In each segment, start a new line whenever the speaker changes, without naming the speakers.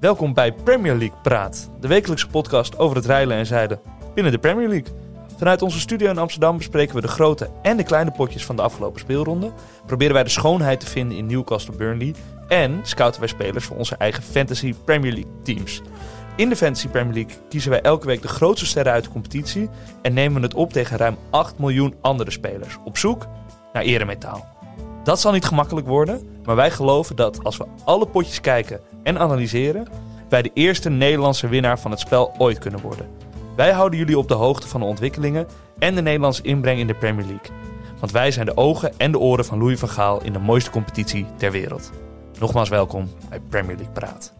Welkom bij Premier League Praat, de wekelijkse podcast over het rijlen en zeilen binnen de Premier League. Vanuit onze studio in Amsterdam bespreken we de grote en de kleine potjes van de afgelopen speelronde. Proberen wij de schoonheid te vinden in Newcastle Burnley. En scouten wij spelers voor onze eigen Fantasy Premier League teams. In de Fantasy Premier League kiezen wij elke week de grootste sterren uit de competitie. En nemen we het op tegen ruim 8 miljoen andere spelers. Op zoek naar eremetaal. Dat zal niet gemakkelijk worden, maar wij geloven dat als we alle potjes kijken en analyseren, wij de eerste Nederlandse winnaar van het spel ooit kunnen worden. Wij houden jullie op de hoogte van de ontwikkelingen en de Nederlandse inbreng in de Premier League. Want wij zijn de ogen en de oren van Louis van Gaal in de mooiste competitie ter wereld. Nogmaals welkom bij Premier League Praat.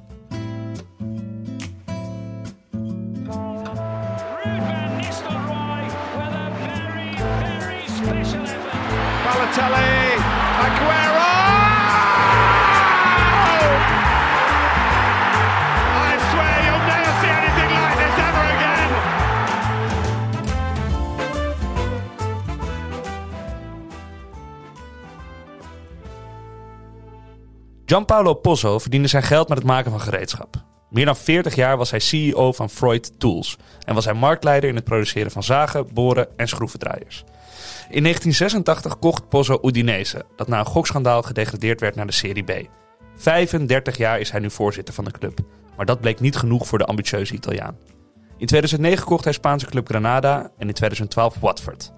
Ruud van Nistelrooy with a very, very special effort.
Balotelli, Aguero! I swear you'll never see anything like this ever again.
Gianpaolo Pozzo verdiende zijn geld met het maken van gereedschap. Meer dan 40 jaar was hij CEO van Freud Tools en was hij marktleider in het produceren van zagen, boren en schroevendraaiers. In 1986 kocht Pozzo Udinese, dat na een gokschandaal gedegradeerd werd naar de Serie B. 35 jaar is hij nu voorzitter van de club, maar dat bleek niet genoeg voor de ambitieuze Italiaan. In 2009 kocht hij Spaanse club Granada en in 2012 Watford.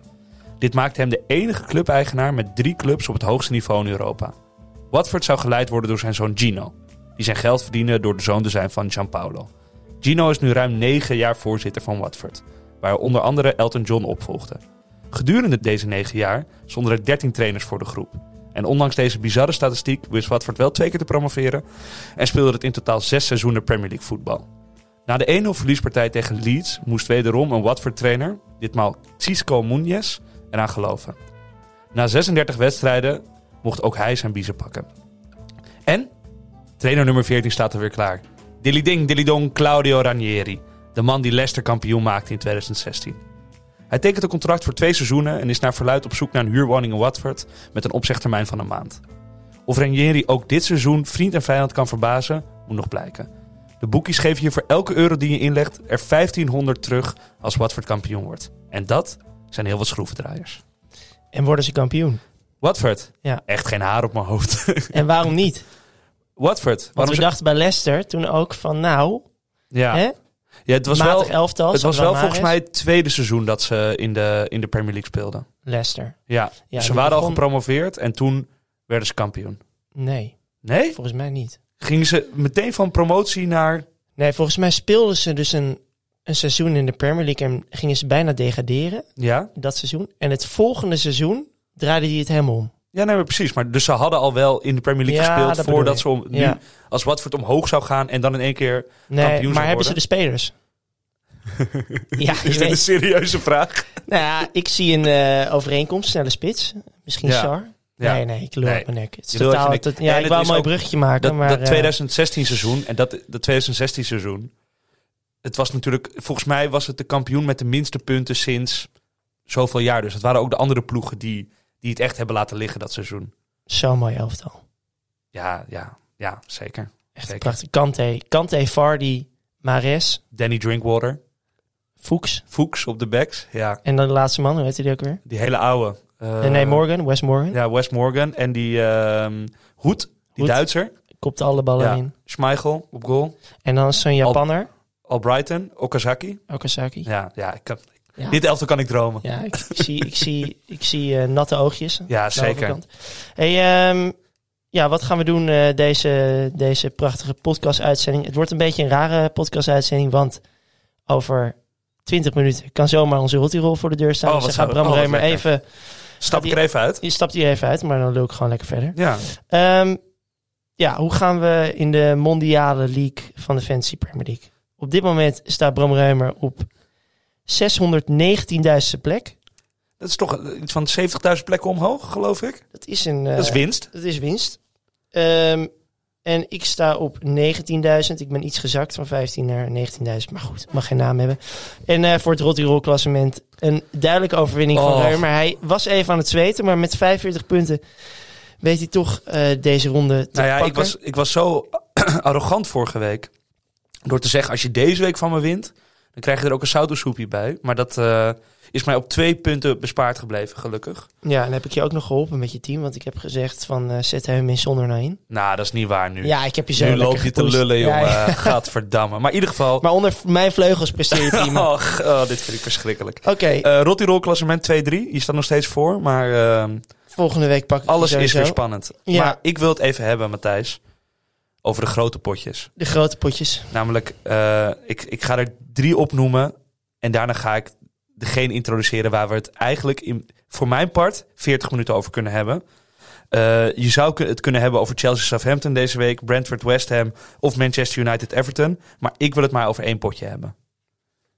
Dit maakte hem de enige clubeigenaar met drie clubs op het hoogste niveau in Europa. Watford zou geleid worden door zijn zoon Gino, die zijn geld verdiende door de zoon te zijn van Gianpaolo. Gino is nu ruim 9 jaar voorzitter van Watford, waar hij onder andere Elton John opvolgde. Gedurende deze 9 jaar stonden er 13 trainers voor de groep. En ondanks deze bizarre statistiek wist Watford wel twee keer te promoveren en speelde het in totaal 6 seizoenen Premier League voetbal. Na de 1-0 verliespartij tegen Leeds moest wederom een Watford trainer, ditmaal Cisco Munez, eraan geloven. Na 36 wedstrijden mocht ook hij zijn biezen pakken. En trainer nummer 14 staat er weer klaar. Dilly ding, dilly dong, Claudio Ranieri. De man die Leicester kampioen maakte in 2016. Hij tekent een contract voor twee seizoenen en is naar verluid op zoek naar een huurwoning in Watford met een opzegtermijn van een maand. Of Ranieri ook dit seizoen vriend en vijand kan verbazen, moet nog blijken. De boekies geven je voor elke euro die je inlegt er 1500 terug als Watford kampioen wordt. En dat zijn heel wat schroevendraaiers.
En worden ze kampioen.
Watford,
Ja.
echt geen haar op mijn hoofd.
En waarom niet? Want
Watford, waarom
we
ze-
dachten bij Leicester toen ook van nou,
ja.
hè,
ja, het was
matig
wel
elftal.
Het was
Sandra
wel volgens
Maris.
mij het tweede seizoen dat ze in de, in de Premier League speelden.
Leicester.
Ja,
Ja,
ze
die
waren al
begon-
gepromoveerd en toen werden ze kampioen.
Nee,
Nee?
volgens mij niet.
Gingen ze meteen van promotie naar...
Nee, volgens mij speelden ze dus een, een seizoen in de Premier League en gingen ze bijna degraderen,
Ja?
dat seizoen. En het volgende seizoen draaide hij het helemaal om.
Ja, nee, maar precies. Maar dus ze hadden al wel in de Premier League
Ja,
gespeeld
dat
voordat ze
bedoel
om, nu,
Ja.
als Watford omhoog zou gaan en dan in één keer...
Nee, maar
kampioen zou
hebben
worden.
ze de spelers? ja, je
Is dit dus- een
weet-
serieuze vraag?
nou ja, ik zie een eh, overeenkomst, snelle spits. Misschien
Ja.
Sar.
Ja.
Nee, nee, ik lul
Nee.
op mijn nek. Het is
Je lul op je
totaal,
nek.
tot-
En
ja, ik
het
wou
is
een mooi
ook
bruggetje maken,
Dat,
maar...
dat
eh,
2016 seizoen en dat, dat 2016 seizoen... Het was natuurlijk... Volgens mij was het de kampioen met de minste punten sinds zoveel jaar. Dus het waren ook de andere ploegen die, die het echt hebben laten liggen dat seizoen.
Zo'n mooi elftal.
Ja, ja, ja, zeker.
Echt
Zeker.
prachtig. Kante, Kante, Vardy, Mares,
Danny Drinkwater,
Fuchs.
Fuchs op de backs. Ja,
En dan de laatste man, hoe heet hij ook weer?
die hele oude. eh,
nee, nee, Morgan, Wes Morgan.
Ja, Wes Morgan. En die ehm Hoed, die
Hoed.
Duitser.
Kopte alle ballen
Ja.
in.
Schmeichel op goal.
En dan is zo'n Japanner,
Albrighton, Okazaki.
Okazaki.
Ja, ja, ik kan,
Ja.
dit elftal kan ik dromen.
Ja, ik, ik zie, ik zie, ik zie eh, natte oogjes. aan
Ja,
de
zeker.
overkant. Hey, ehm, ja, wat gaan we doen eh, deze, deze prachtige podcast-uitzending? Het wordt een beetje een rare podcast-uitzending, want over 20 minuten kan zomaar onze rol voor de deur staan.
Oh,
dus
wat
dan gaat
zou-
Bram
oh, wat
Reumer
lekker.
even,
Stap ik er even uit.
je stapt hier even uit, maar dan loop ik gewoon lekker verder.
Ja,
Ehm, ja, hoe gaan we in de mondiale league van de Fantasy Premier League? Op dit moment staat Bram Reumer op 619.000ste plek.
dat is toch eh, iets van 70.000 plekken omhoog, geloof ik.
Dat is een... eh,
Dat is winst.
Dat is winst. Ehm, en ik sta op 19.000. Ik ben iets gezakt van 15 naar 19.000. Maar goed, mag geen naam hebben. En eh, voor het Rottirol klassement een duidelijke overwinning van
Oh.
Reumer. Hij was even aan het zweten, maar met 45 punten weet hij toch eh, deze ronde te
Nou ja,
pakken.
ik was, ik was zo arrogant vorige week. Door te zeggen, als je deze week van me wint, dan krijg je er ook een zoutensoepje bij. Maar dat eh, is mij op twee punten bespaard gebleven, gelukkig.
Ja, en dan heb ik je ook nog geholpen met je team. Want ik heb gezegd van eh, zet hem in zonder naar in.
Nou, dat is niet waar nu.
Ja, ik heb je zo
nu
lekker
loop je te
gepusht.
lullen,
Ja,
jongen.
ja.
Gadverdamme. Maar in ieder geval...
Maar onder mijn vleugels presteer je prima.
oh, g- oh, dit vind ik verschrikkelijk.
Oké,
Eh Rotti Roll klassement 2-3. Je staat nog steeds voor, maar ehm,
volgende week pak ik je
alles is
sowieso.
weer spannend.
Ja.
Maar ik wil het even hebben, Matthijs, over de grote potjes.
De grote potjes.
Namelijk, eh, ik, ik ga er drie opnoemen en daarna ga ik degene introduceren waar we het eigenlijk in, voor mijn part 40 minuten over kunnen hebben. Eh, je zou ku- het kunnen hebben over Chelsea Southampton deze week, Brentford West Ham of Manchester United Everton. Maar ik wil het maar over één potje hebben.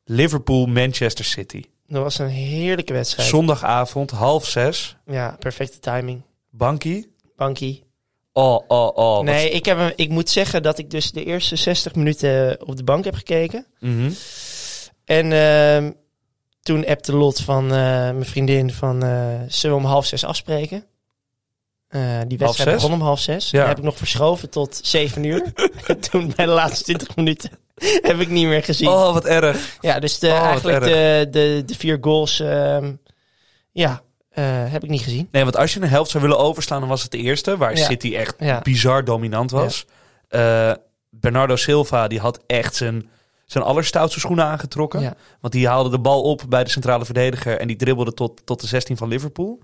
Liverpool Manchester City.
Dat was een heerlijke wedstrijd.
Zondagavond, half zes.
ja, perfecte timing.
Bankie.
Bankie.
Oh, oh, oh. wat-
nee, ik, heb hem, ik moet zeggen dat ik dus de eerste 60 minuten eh, op de bank heb gekeken.
Mhm.
En ehm, toen appte Lot van eh, mijn vriendin van... eh zullen we om half zes afspreken? Eh, die wedstrijd
zes?
begon om half zes.
Ja.
Ja. heb ik nog verschoven tot zeven uur. En toen bij de laatste 20 minuten heb ik niet meer gezien.
Oh, wat erg.
Ja, dus de,
Oh, wat
eigenlijk de, de, de vier goals... ehm, ja, eh, heb ik niet gezien.
Nee, want als je een helft zou willen overslaan, dan was het de eerste. Waar
Ja.
City echt
Ja.
bizar dominant was. Eh, Bernardo Silva, die had echt zijn, zijn allerstoutste schoenen aangetrokken.
Ja.
Want die haalde de bal op bij de centrale verdediger. En die dribbelde tot, tot de 16 van Liverpool.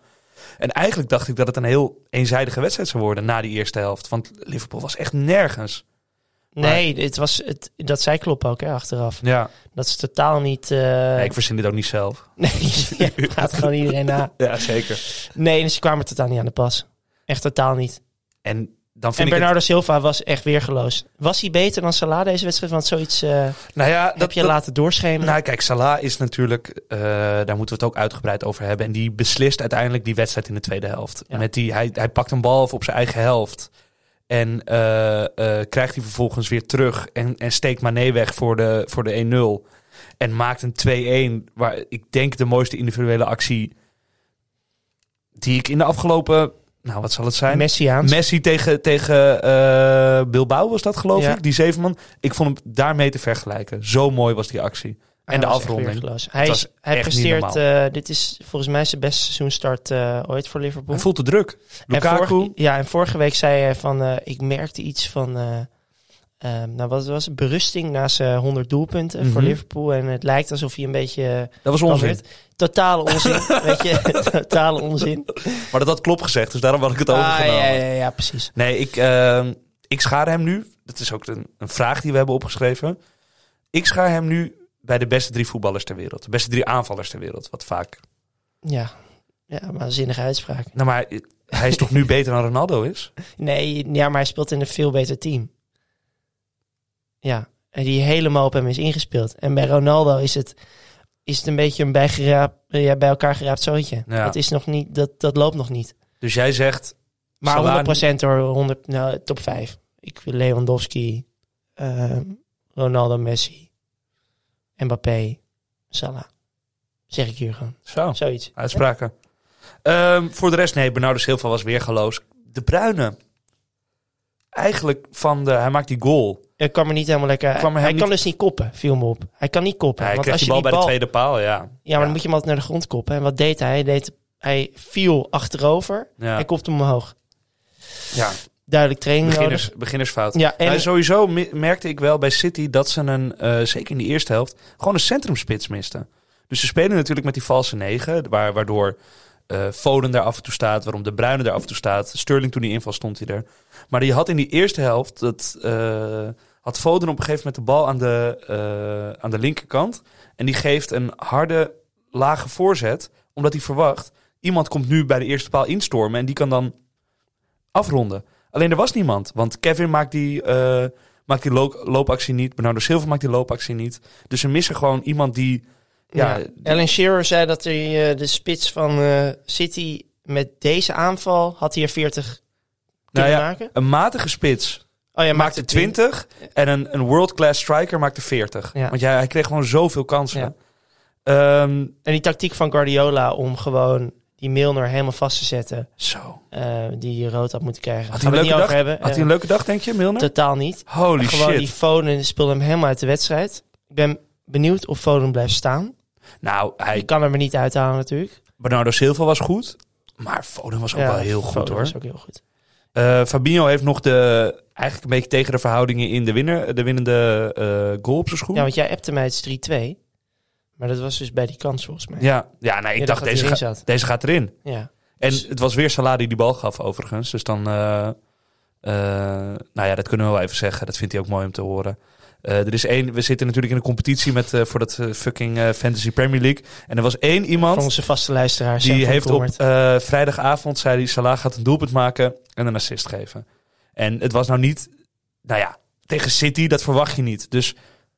En eigenlijk dacht ik dat het een heel eenzijdige wedstrijd zou worden na die eerste helft. Want Liverpool was echt nergens.
Nee, het was het, dat zij klopt ook hè, achteraf.
Ja.
Dat is totaal niet. eh, nee,
ik verzin dit ook niet zelf.
je gaat gewoon iedereen na.
Ja, zeker.
Nee, dus ze kwamen totaal niet aan de pas. Echt totaal niet.
En dan vind
En
ik het-
Bernardo Silva was echt weergeloos. Was hij beter dan Salah deze wedstrijd? Want zoiets eh,
nou ja, dat,
heb je
dat-
laten doorschemeren.
Nou, kijk, Salah is natuurlijk, eh, daar moeten we het ook uitgebreid over hebben. En die beslist uiteindelijk die wedstrijd in de tweede helft.
Ja.
Met die, hij, hij pakt een bal op zijn eigen helft. En eh, eh, krijgt die vervolgens weer terug. En, en steekt Mané weg voor de, voor de 1-0. En maakt een 2-1. Waar ik denk de mooiste individuele actie. Die ik in de afgelopen. Nou, wat zal het zijn?
Messiaans.
Messi tegen, tegen eh, Bilbao was dat, geloof
Ja.
ik. Die zevenman. Ik vond hem daarmee te vergelijken. Zo mooi was die actie.
Hij
en de
was echt
afronding.
weergeloos.
Het
Hij,
was
is, hij
echt niet
presteert.
normaal.
eh, dit is volgens mij zijn beste seizoenstart eh, ooit voor Liverpool.
Hij voelt de druk. Lukaku.
En vorige, ja, en vorige week zei hij van, eh, ik merkte iets van, eh, eh, nou wat was het, berusting na zijn 100 doelpunten
Mhm.
voor Liverpool. En het lijkt alsof hij een beetje... eh,
dat was onzin.
kalmeert. Totale onzin, weet je, totale onzin.
Maar dat had Klop gezegd, dus daarom had ik het overgenomen.
Ah, ja, ja, ja, precies.
Nee, ik, ehm, ik schaar hem nu. Dat is ook een, een vraag die we hebben opgeschreven. Ik schaar hem nu bij de beste drie voetballers ter wereld. De beste drie aanvallers ter wereld, wat vaak.
Ja. ja, maar een zinnige uitspraak.
Nou, maar eh, hij is toch nu beter dan Ronaldo is?
Nee, ja, maar hij speelt in een veel beter team. Ja, en die helemaal op hem is ingespeeld. En bij Ronaldo is het, is het een beetje een bijgeraap, ja, bij elkaar geraapt zoontje.
Ja.
Dat, is nog niet, dat, dat loopt nog niet.
Dus jij zegt...
Maar
Salah-
100% hoor, 100, nou, top 5. Ik wil Lewandowski, ehm, Ronaldo, Messi, Mbappé, Salah. Zeg ik hier gewoon.
Zo,
Zoiets.
uitspraken. Ehm, voor de rest, nee, Bernardo Silva was weer geloos. De Bruyne. Eigenlijk van de... Hij maakt die goal.
Het kwam er niet helemaal lekker.
Kwam er
hij
helemaal
kan dus niet koppen, viel me op. Hij kan niet koppen.
hij
want
kreeg
als
die
je
bal bij
die bal,
de tweede paal, ja.
Ja, maar
Ja.
dan moet je hem altijd naar de grond koppen. En wat deed hij? Hij, deed, hij viel achterover. Hij
Ja,
kopte hem omhoog.
ja.
Duidelijk training nodig.
Beginners, beginnersfout.
Ja, en
Nou, sowieso me- merkte ik wel bij City dat ze een, eh, zeker in de eerste helft, gewoon een centrumspits misten. Dus ze spelen natuurlijk met die valse negen, waar, waardoor eh Foden daar af en toe staat, waarom De Bruyne daar af en toe staat. Sterling toen die inval stond hij er. Maar je had in die eerste helft, dat, eh, had Foden op een gegeven moment de bal aan de, eh, aan de linkerkant. En die geeft een harde, lage voorzet, omdat hij verwacht, iemand komt nu bij de eerste paal instormen en die kan dan afronden. Alleen er was niemand. Want Kevin maakt die, eh, maakt die lo- loopactie niet. Bernardo Silva maakt die loopactie niet. Dus ze missen gewoon iemand die... nou Ja,
ja, Alan Shearer zei dat hij, eh, de spits van eh, City met deze aanval had hier 40
nou
kunnen
ja,
maken.
een matige spits
Oh, ja,
maakte 20. En een, een world-class striker maakte 40.
Ja.
Want ja, hij kreeg gewoon zoveel kansen.
Ja.
Ehm,
En die tactiek van Guardiola om gewoon die Milner helemaal vast te zetten.
Zo.
eh, die rood had moeten krijgen. Daar
Had
gaan
hij,
we
een
het niet
leuke
over
dag?
hebben.
had hij
Eh,
een leuke dag, denk je, Milner?
totaal niet.
Holy
Gewoon
shit.
die Foden speelde hem helemaal uit de wedstrijd. Ik ben benieuwd of Foden blijft staan.
Nou,
Je
hij,
kan hem er niet uithalen natuurlijk.
Bernardo Silva was goed. Maar Foden was ook wel heel goed,
Foden
hoor.
is ook heel goed.
Eh, Fabinho heeft nog de, eigenlijk een beetje tegen de verhoudingen in de, winner, de winnende eh, goal op zijn schoen.
Ja, want jij appte mij het is 3-2. Maar dat was dus bij die kans volgens mij.
ja. ja nee, ik
Ja,
dacht,
dat hij
deze,
erin
ga-
zat.
deze gaat erin.
Ja.
En
Dus-
het was weer Salah die die bal gaf, overigens. Dus dan, eh, eh, nou ja, dat kunnen we wel even zeggen. Dat vindt hij ook mooi om te horen. Eh, er is één, we zitten natuurlijk in een competitie met, eh, voor dat eh, fucking eh, Fantasy Premier League. En er was één
Van
iemand
onze vaste luisteraars. Sam
die
van
heeft op
Tommert.
eh, vrijdagavond, zei hij, Salah gaat een doelpunt maken en een assist geven. En het was nou niet, nou ja, tegen City, dat verwacht je niet. Dus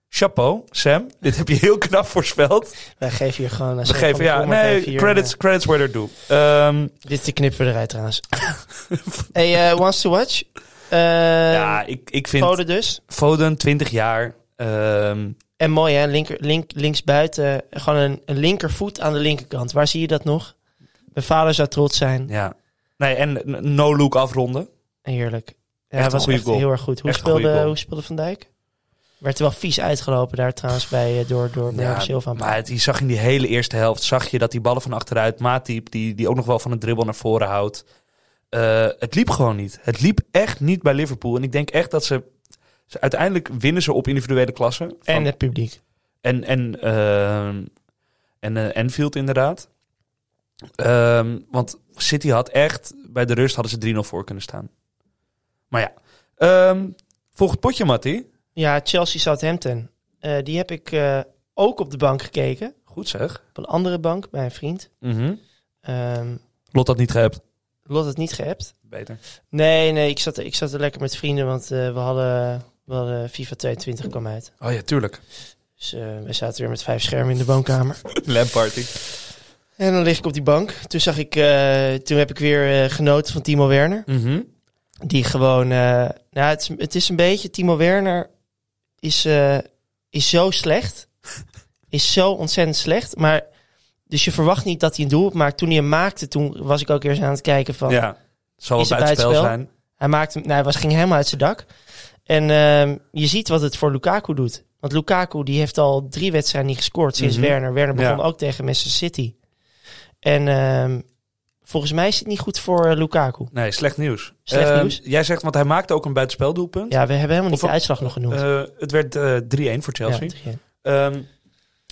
chapeau, Sam, dit heb je heel knap voorspeld.
Wij geven hier gewoon...
We geven, ja, nee,
eh,
credits, credits where they're due. Ehm,
Dit knippen we eruit trouwens. hey, eh, Wants to Watch. Eh
ja, ik, ik vind...
Foden dus.
Foden, 20 jaar. Ehm,
En mooi hè, linker, link, linksbuiten. Gewoon een, een linkervoet aan de linkerkant. Waar zie je dat nog? Mijn vader zou trots zijn.
ja. Nee, en n- no-look afronden.
Heerlijk. Ja,
Echt
hij
een
was
goede
echt
goal.
heel erg goed. Hoe
Echt een goede
speelde,
goal.
hoe speelde Van Dijk? Werd er wel vies uitgelopen daar trouwens bij, eh, door, door Bernardo Silva.
maar het- je zag in die hele eerste helft, zag je dat die ballen van achteruit, Matip, die, die ook nog wel van een dribbel naar voren houdt. Eh, het liep gewoon niet. Het liep echt niet bij Liverpool. En ik denk echt dat ze, ze uiteindelijk winnen ze op individuele klassen. Van-
en het publiek.
En, en, ehm, en eh, Enfield inderdaad. Ehm, want City had echt, bij de rust hadden ze 3-0 voor kunnen staan. Maar ja, Ehm volgend potje, Matty.
Ja, Chelsea Southampton. Eh, die heb ik eh, ook op de bank gekeken.
Goed zeg. Mhm.
Op een andere bank bij een vriend. Ehm,
Lot had niet gehebt.
Lot het niet geappt.
Beter.
Nee, nee, ik zat, ik zat er lekker met vrienden, want eh, we, hadden, we hadden FIFA 22 kwam uit.
Oh ja, tuurlijk.
Dus eh, we zaten weer met vijf schermen in de woonkamer.
Lamparty.
En dan lig ik op die bank. Toen zag ik, eh, toen heb ik weer eh, genoten van Timo Werner.
Mhm.
Die gewoon, eh, nou, het, is- het is een beetje, Timo Werner is, eh, is zo slecht. Is zo ontzettend slecht. Maar, dus je verwacht niet dat hij een doel maakt. Toen hij hem maakte, toen was ik ook eerst aan het kijken van...
Ja. Zal wel
Oh. Is het
buitenspel
buitenspel?
zijn.
Hij maakte, hem- nou, hij was, ging helemaal uit zijn dak. En ehm, je ziet wat het voor Lukaku doet. Want Lukaku die heeft al drie wedstrijden niet gescoord sinds
Mhm.
Werner. Werner begon
Ja.
ook tegen Manchester City. En ehm, volgens mij is het niet goed voor eh, Lukaku.
Nee, slecht nieuws.
Slecht
Ehm,
nieuws?
Jij zegt, want hij maakte ook een buitenspeldoelpunt.
Ja, we hebben helemaal niet
Of-
de uitslag nog genoemd.
Eh, het werd eh, 3-1 voor
Ja,
Chelsea.
drie-
Ehm,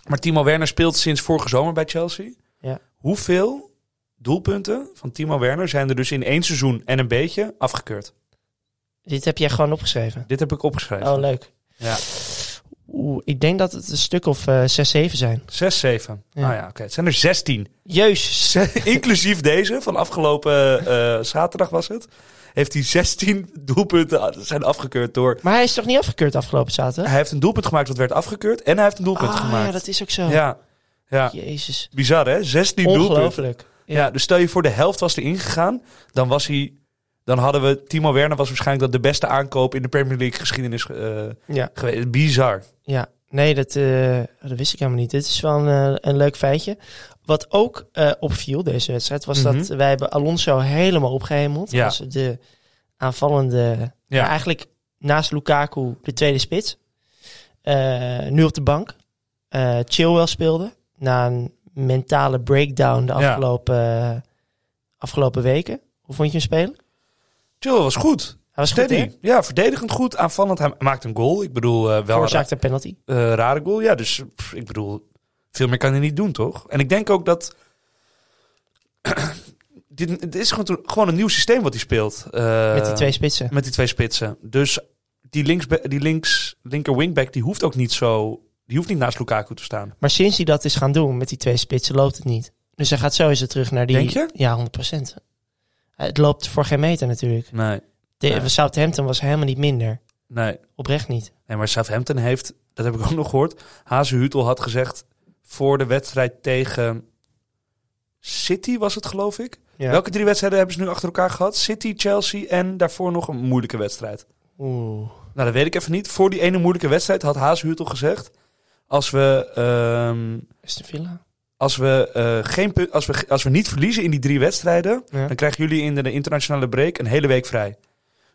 maar Timo Werner speelt sinds vorige zomer bij Chelsea.
Ja.
Hoeveel doelpunten van Timo Werner zijn er dus in één seizoen en een beetje afgekeurd?
Dit heb jij gewoon opgeschreven.
Dit heb ik opgeschreven.
Oh, leuk.
Ja.
Oeh, ik denk dat het een stuk of eh 6, 7 zijn.
6, 7.
Ja.
Ah ja, oké. Het zijn er 16.
Jezus.
Inclusief deze van afgelopen eh, zaterdag was het. Heeft hij 16 doelpunten a- zijn afgekeurd door.
Maar hij is toch niet afgekeurd afgelopen zaterdag?
Hij heeft een doelpunt gemaakt dat werd afgekeurd. En hij heeft een doelpunt
Ah,
gemaakt.
ja, dat is ook zo.
ja. ja.
Jezus.
Bizar hè? 16 doelpunten.
Ongelooflijk.
Ja. dus stel je voor de helft was er ingegaan, dan was hij, dan hadden we Timo Werner was waarschijnlijk dat de beste aankoop in de Premier League geschiedenis eh,
Ja.
geweest. Bizar.
Ja, nee, dat, eh, dat wist ik helemaal niet. Dit is wel een, eh, een leuk feitje. Wat ook eh, opviel deze wedstrijd was dat
Mhm.
wij hebben Alonso helemaal opgehemeld.
Ja.
Als de aanvallende,
Ja.
maar eigenlijk naast Lukaku de tweede spits. Eh, nu op de bank. Eh Chilwell speelde na een mentale breakdown de
Ja.
afgelopen, afgelopen weken. Hoe vond je hem spelen?
Chill was goed.
Hij was
Steady.
goed, hè?
ja, verdedigend goed, aanvallend. Hij maakt een goal. Ik bedoel, eh, wel een ra-
Veroorzaakte penalty.
eh, rare goal. Ja, dus pff, ik bedoel, veel meer kan hij niet doen, toch? En ik denk ook dat dit, het is gewoon, to- gewoon een nieuw systeem wat hij speelt. eh,
Met die twee spitsen.
Met die twee spitsen. Dus die, links, die links, linker wingback die hoeft ook niet zo. Die hoeft niet naast Lukaku te staan.
Maar sinds hij dat is gaan doen met die twee spitsen, loopt het niet. Dus hij gaat sowieso terug naar die...
Denk je?
Ja, 100%. Het loopt voor geen meter natuurlijk.
Nee.
De,
Nee.
Southampton was helemaal niet minder.
Nee.
Oprecht niet.
nee maar Southampton heeft, dat heb ik ook nog gehoord. Hazehutel had gezegd voor de wedstrijd tegen City, was het geloof ik.
Ja.
Welke drie wedstrijden hebben ze nu achter elkaar gehad? City, Chelsea en daarvoor nog een moeilijke wedstrijd.
Oeh.
Nou, dat weet ik even niet. Voor die ene moeilijke wedstrijd had Hazehutel gezegd. Als we ehm,
Aston Villa?
Als we, eh, geen punt, als, we, als we niet verliezen in die drie wedstrijden,
Ja.
dan krijgen jullie in de, de internationale break een hele week vrij.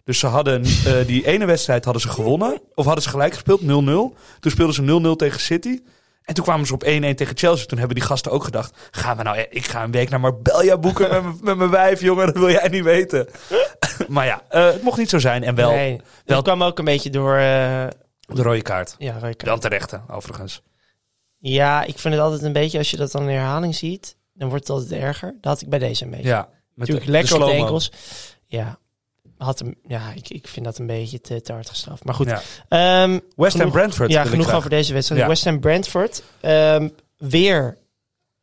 Dus ze hadden eh, die ene wedstrijd hadden ze gewonnen, of hadden ze gelijk gespeeld, 0-0. Toen speelden ze 0-0 tegen City. En toen kwamen ze op 1-1 tegen Chelsea. Toen hebben die gasten ook gedacht: gaan we nou, ik ga een week naar Marbella boeken met mijn- met mijn wijf, jongen, dat wil jij niet weten. maar ja, eh, het mocht niet zo zijn. En wel
nee,
wel-
dat kwam ook een beetje door... eh,
de rode kaart.
ja, Roy Kaart.
Dan terechte, overigens.
ja, ik vind het altijd een beetje, als je dat dan in herhaling ziet, dan wordt het altijd erger. Dat had ik bij deze een beetje.
Ja, met
Natuurlijk lekker op de
slow-mo.
enkels. Ja, had hem, ja ik, ik vind dat een beetje te, te hard gestraft. Maar goed.
Ja.
ehm,
West Ham
Genoeg-
Brentford.
ja,
wil ik
genoeg
graag.
over deze wedstrijd.
Ja.
West Ham Brentford. Ehm, weer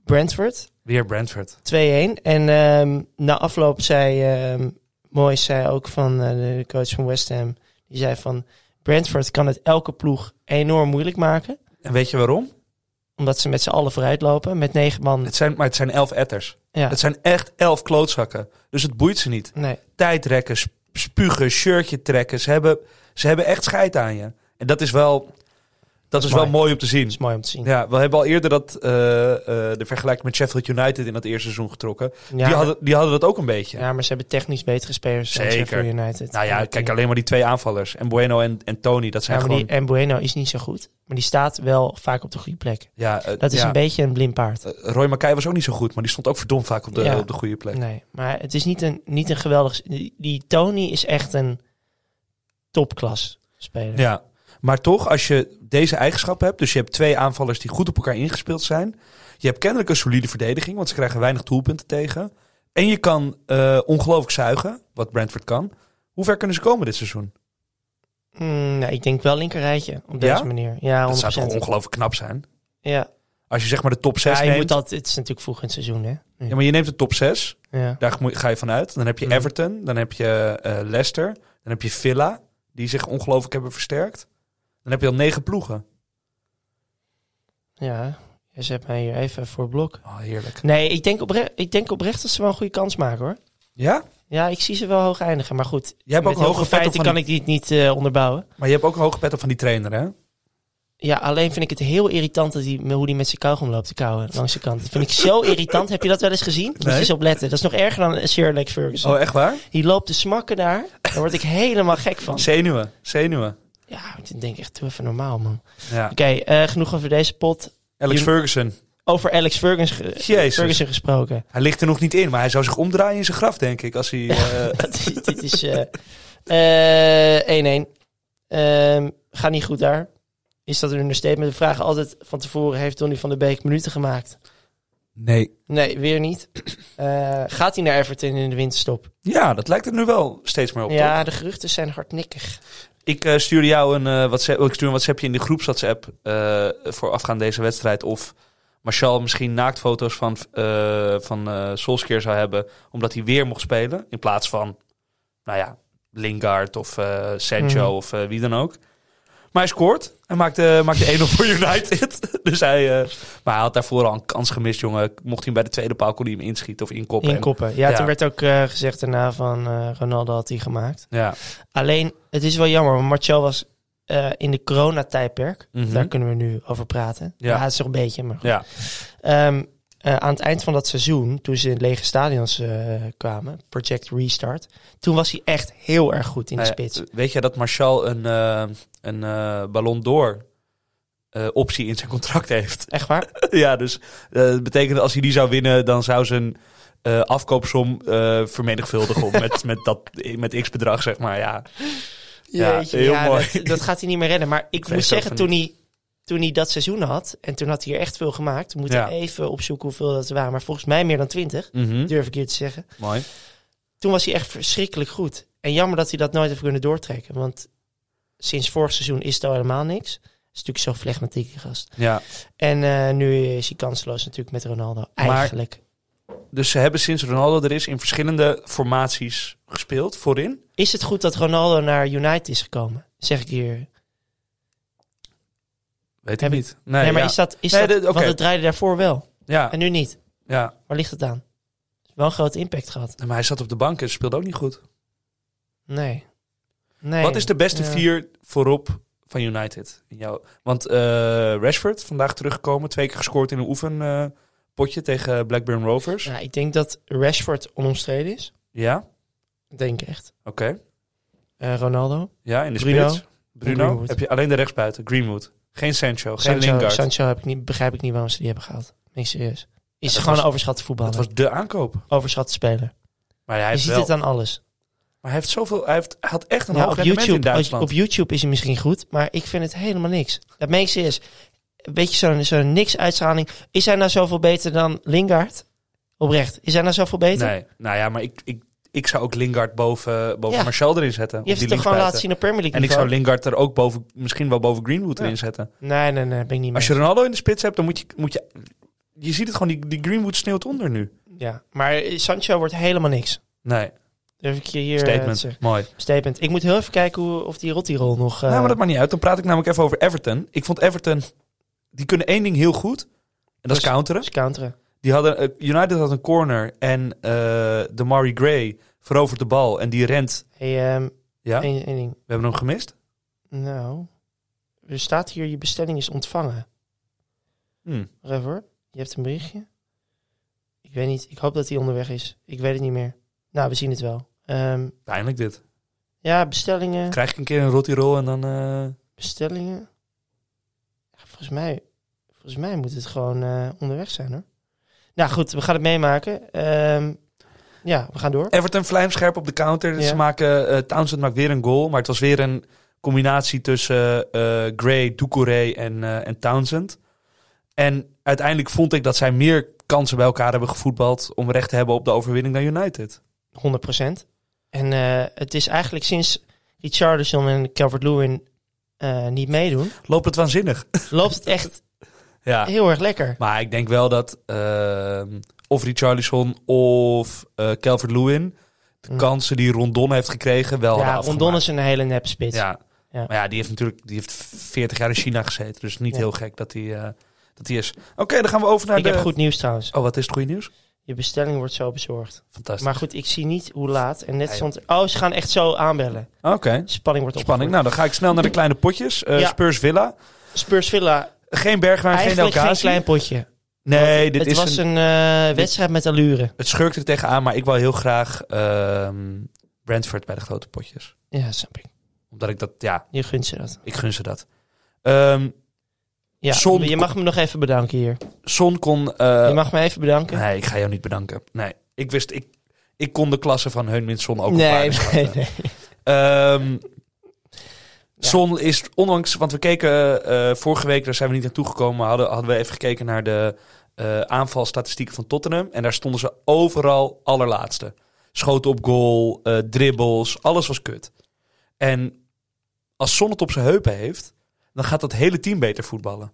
Brentford.
Weer Brentford.
2-1. En ehm, na afloop zei ehm Moyes zei ook van eh, de coach van West Ham. Die zei van Brentford kan het elke ploeg enorm moeilijk maken.
En weet je waarom?
Omdat ze met z'n allen vooruit lopen. Met negen man.
Het zijn, maar het zijn elf etters.
Ja.
Het zijn echt elf klootzakken. Dus het boeit ze niet.
Nee.
Tijdrekken, sp- spugen, shirtje trekken. Ze hebben, ze hebben echt scheid aan je. En dat is wel, dat is
mooi.
wel mooi om te zien.
Dat is mooi om te zien.
Ja, we hebben al eerder dat, eh, eh, de vergelijking met Sheffield United in dat eerste seizoen getrokken.
Ja,
Die, hadden, die hadden dat ook een beetje.
ja, maar ze hebben technisch betere spelers dan
Zeker.
Sheffield United.
Nou ja,
En-
kijk alleen maar die twee aanvallers. En Bueno en, en Tony, dat
Ja,
zijn
maar
gewoon...
die, en Bueno is niet zo goed. Maar die staat wel vaak op de goede plek.
ja, eh,
Dat is
ja.
een beetje een blind paard.
Eh, Roy Mackay was ook niet zo goed, maar die stond ook verdomd vaak op de,
Ja.
op de goede plek.
Nee, maar het is niet een, niet een geweldig... Die, die Tony is echt een topklas speler.
Ja. Maar toch, als je deze eigenschap hebt, dus je hebt twee aanvallers die goed op elkaar ingespeeld zijn. Je hebt kennelijk een solide verdediging, want ze krijgen weinig doelpunten tegen. En je kan eh, ongelooflijk zuigen, wat Brentford kan. Hoe ver kunnen ze komen dit seizoen?
Mm, nou, ik denk wel linkerrijtje op deze
Ja?
manier. Ja, 100%.
Dat zou toch ongelooflijk knap zijn?
ja.
Als je zeg maar de top 6
ja je
neemt.
moet dat, het is natuurlijk vroeg in het seizoen, hè? Ja.
Ja, maar je neemt de top 6,
Ja.
daar moet- ga je vanuit. Dan heb je
Mm.
Everton, dan heb je eh, Leicester, dan heb je Villa, die zich ongelooflijk hebben versterkt. Dan heb je al negen ploegen.
ja, je zet mij hier even voor het blok.
Oh, heerlijk.
Nee, ik denk, opre ik denk oprecht dat ze wel een goede kans maken, hoor.
Ja?
Ja, ik zie ze wel hoog eindigen. Maar goed,
Jij hebt
met
ook een
heel
hoge
veel
pet op van
feiten kan
die-
ik dit niet eh, onderbouwen.
Maar je hebt ook een hoge pet op van die trainer, hè?
Ja, alleen vind ik het heel irritant dat hij, hoe die met zijn kauwgom loopt te kauwen langs de kant. Dat vind ik zo irritant. Heb je dat wel eens gezien? Moet je
Nee.
eens opletten. Dat is nog erger dan Sir Alex Ferguson.
Oh, echt waar?
Die loopt te smakken daar. Daar word ik helemaal gek van.
Zenuwen, zenuwen.
Ja, ik denk echt, doe even normaal, man. Oké,
Ja.
eh, genoeg over deze pot.
Alex
Je-
Ferguson,
Over Alex Ferguson, ge-
Jezus.
Ferguson gesproken.
hij ligt er nog niet in, maar hij zou zich omdraaien in zijn graf, denk ik. Als hij, eh,
Dat is- dit is eh, eh, 1-1. Ehm, gaat niet goed daar. Is dat een understatement? We vragen altijd van tevoren, heeft Donny van der Beek minuten gemaakt?
Nee.
Nee, weer niet. Eh, gaat hij naar Everton in de winterstop?
Ja, dat lijkt er nu wel steeds meer op. toch?
ja, de geruchten zijn hardnekkig.
Ik eh, stuurde jou een, eh WhatsApp, oh, ik stuur een WhatsAppje in de groepswhatsapp eh voor afgaan deze wedstrijd. Of Martial misschien naaktfoto's van, eh van eh Solskjaer zou hebben, omdat hij weer mocht spelen. In plaats van, nou ja, Lingard of eh, Sancho
Mhm.
of eh, wie dan ook. Maar hij scoort. Hij maakte, maakte 1-0 voor United. dus hij, eh, maar hij had daarvoor al een kans gemist, jongen. Mocht hij hem bij de tweede paal, kon hij hem inschieten of inkoppen.
In koppen. Ja,
Ja.
toen werd ook eh, gezegd daarna van eh, Ronaldo had hij gemaakt.
En- Ja.
Alleen, het is wel jammer, want Marcel was eh, in de coronatijdperk.
Mhm.
Daar kunnen we nu over praten.
Ja.
Ja, het is nog een beetje. Maar goed.
ja.
Ehm, eh, aan het eind van dat seizoen, toen ze in lege stadions eh, kwamen, Project Restart, toen was hij echt heel erg goed in de
Nou ja,
spits.
Weet je dat Martial een, eh, een eh, ballon door eh, optie in zijn contract heeft?
Echt waar?
ja, dus eh, dat betekent als hij die zou winnen, dan zou zijn eh, afkoopsom eh, vermenigvuldigen om met, met, dat, met x bedrag, zeg maar. Ja, Ja,
Jeetje,
heel mooi.
Dat, dat gaat hij niet meer redden. Maar ik
weet
moet
ik
zeggen,
ook
toen
van
hij, toen hij dat seizoen had, en toen had hij er echt veel gemaakt. We moeten
Ja.
even opzoeken hoeveel dat er waren. Maar volgens mij meer dan twintig,
Mhm.
durf ik hier te zeggen.
mooi.
Toen was hij echt verschrikkelijk goed. En jammer dat hij dat nooit heeft kunnen doortrekken. Want sinds vorig seizoen is het al helemaal niks. Is natuurlijk zo flegmatiek, die gast.
Ja.
En eh, nu is hij kansloos natuurlijk met Ronaldo. Eigenlijk.
Dus ze hebben sinds Ronaldo er is in verschillende formaties gespeeld voorin.
Is het goed dat Ronaldo naar United is gekomen? Zeg ik hier. Nee,
Weet ik
Heb ik-
niet. Nee,
maar
ja.
is dat... Is
Nee,
dat
dit- oké.
Want het draaide daarvoor wel.
Ja,
En nu niet.
ja.
Waar ligt het aan? Wel een grote impact gehad.
maar hij zat op de bank en speelde ook niet goed.
Nee. nee.
Wat is de beste
Ja.
vier voorop van United? In jou? Want eh, Rashford, vandaag teruggekomen, twee keer gescoord in een oefenpotje. potje tegen Blackburn Rovers.
Ja, Nou, ik denk dat Rashford onomstreden is.
Ja, oké.
Ik Denk echt. Eh, Ronaldo.
Ja, in de
Bruno.
spits. Bruno,
Greenwood.
heb je alleen de rechtsbuiten. Greenwood. Geen Sancho, geen
Sancho,
Lingard.
Sancho heb ik niet, begrijp ik niet waarom ze die hebben gehaald. Nee, serieus. Is
dat
gewoon
was-
een overschatte
Dat
voetballer.
was de aankoop.
Overschatte speler.
Maar hij
Je
heeft,
ziet
wel,
het aan alles.
maar hij heeft zoveel... Hij, heeft, hij had echt een
Ja,
hoog
op,
rendement in
YouTube, op,
Duitsland.
op YouTube is hij misschien goed, maar ik vind het helemaal niks. Dat meen ik serieus. Een beetje zo'n zo'n niks-uitstraling. Is hij nou zoveel beter dan Lingard? Oprecht. Is hij nou zoveel beter?
nee, nou ja, maar ik, ik, ik zou ook Lingard boven, boven
Ja.
Martial erin zetten. op
Je hebt
die
het toch gewoon
linksbuiten.
laten zien op Premier League
En ik zou
niveau?
Lingard er ook boven, misschien wel boven Greenwood erin zetten.
Nee, nee, nee, ben ik niet mee.
Als je Ronaldo in de spits hebt, dan moet je... Moet je je ziet het gewoon, die, die Greenwood sneeuwt onder nu.
Ja. Maar Sancho wordt helemaal niks.
Nee,
Durf ik je hier eh, te
statement.
zeggen.
Mooi.
Statement. Ik moet heel even kijken hoe, of die Rotti-rol nog... eh,
nou, maar dat maakt niet uit. Dan praat ik namelijk even over Everton. Ik vond Everton... Die kunnen één ding heel goed. En dat is
Dus-
counteren.
is counteren.
Die hadden, eh, United had een corner en eh Damari Gray verovert de bal en die rent.
Hey, ehm,
Ja, we
één- één ding.
hebben hem gemist.
Nou, er staat hier je bestelling is ontvangen.
Hm.
Wacht even hoor. Je hebt een berichtje. Ik weet niet. Ik hoop dat hij onderweg is. Ik weet het niet meer. Nou, we zien het wel. Ehm,
Pijnlijk dit.
ja, bestellingen.
Krijg ik een keer een rotti roll en dan... eh,
Bestellingen. Ja, volgens, mij, volgens mij moet het gewoon eh, onderweg zijn hoor. Nou goed, we gaan het meemaken. Ehm, ja, we gaan door.
Everton vlijmscherp op de counter.
Ja.
Ze maken, eh, Townsend maakt weer een goal, maar het was weer een combinatie tussen eh, eh, Gray, Doucouré en, eh, en Townsend. En uiteindelijk vond ik dat zij meer kansen bij elkaar hebben gevoetbald om recht te hebben op de overwinning dan United.
100%. En eh, het is eigenlijk sinds Richardson en Calvert-Lewin eh, niet meedoen,
Loopt het waanzinnig.
loopt het echt
ja.
heel erg lekker.
Maar ik denk wel dat ehm, of Richarlison of eh Calvert Lewin de
Mm.
kansen die Rondon heeft gekregen wel
Ja,
hadden
Rondon
afgemaakt.
is een hele nep spits.
Ja.
Ja.
Maar ja, die heeft natuurlijk die heeft 40 jaar in China gezeten. Dus niet
Ja.
heel gek dat hij eh, dat hij is. Oké, dan gaan we over naar
Ik
de...
heb goed nieuws trouwens.
Oh, wat is het goede nieuws?
Je bestelling wordt zo bezorgd.
Fantastisch.
Maar goed, ik zie niet hoe laat. En net
Ja,
stond... Oh, ze gaan echt zo aanbellen.
Oké,
Spanning wordt
spanning.
opgevoerd.
Nou, dan ga ik snel naar de kleine potjes. Eh,
Ja.
Spurs Villa.
Spurs Villa,
Geen Bergwijn, geen
eigenlijk geen
Delcatie.
klein potje.
Nee, dit
het
is
was
een...
een, eh, wedstrijd met allure.
Het schurkt er tegenaan, maar ik wil heel graag ehm Brentford bij de grote potjes.
Ja, snap ik.
Omdat ik dat... Ja,
Je gunt ze dat.
Ik gun ze dat. Ehm,
Ja,
Son-
je mag me nog even bedanken hier.
Son kon... eh,
je mag me even bedanken.
Nee, ik ga jou niet bedanken. Nee, ik wist... Ik, ik kon de klasse van Heunmin Son ook op
nee,
waarde schatten.
nee, nee.
Ehm, Son is onlangs... Want we keken eh, vorige week, daar zijn we niet naartoe gekomen... maar hadden, hadden we even gekeken naar de eh, aanvalstatistieken van Tottenham. En daar stonden ze overal allerlaatste. Schoten op goal, eh dribbles, alles was kut. En als Son het op zijn heupen heeft... dan gaat dat hele team beter voetballen.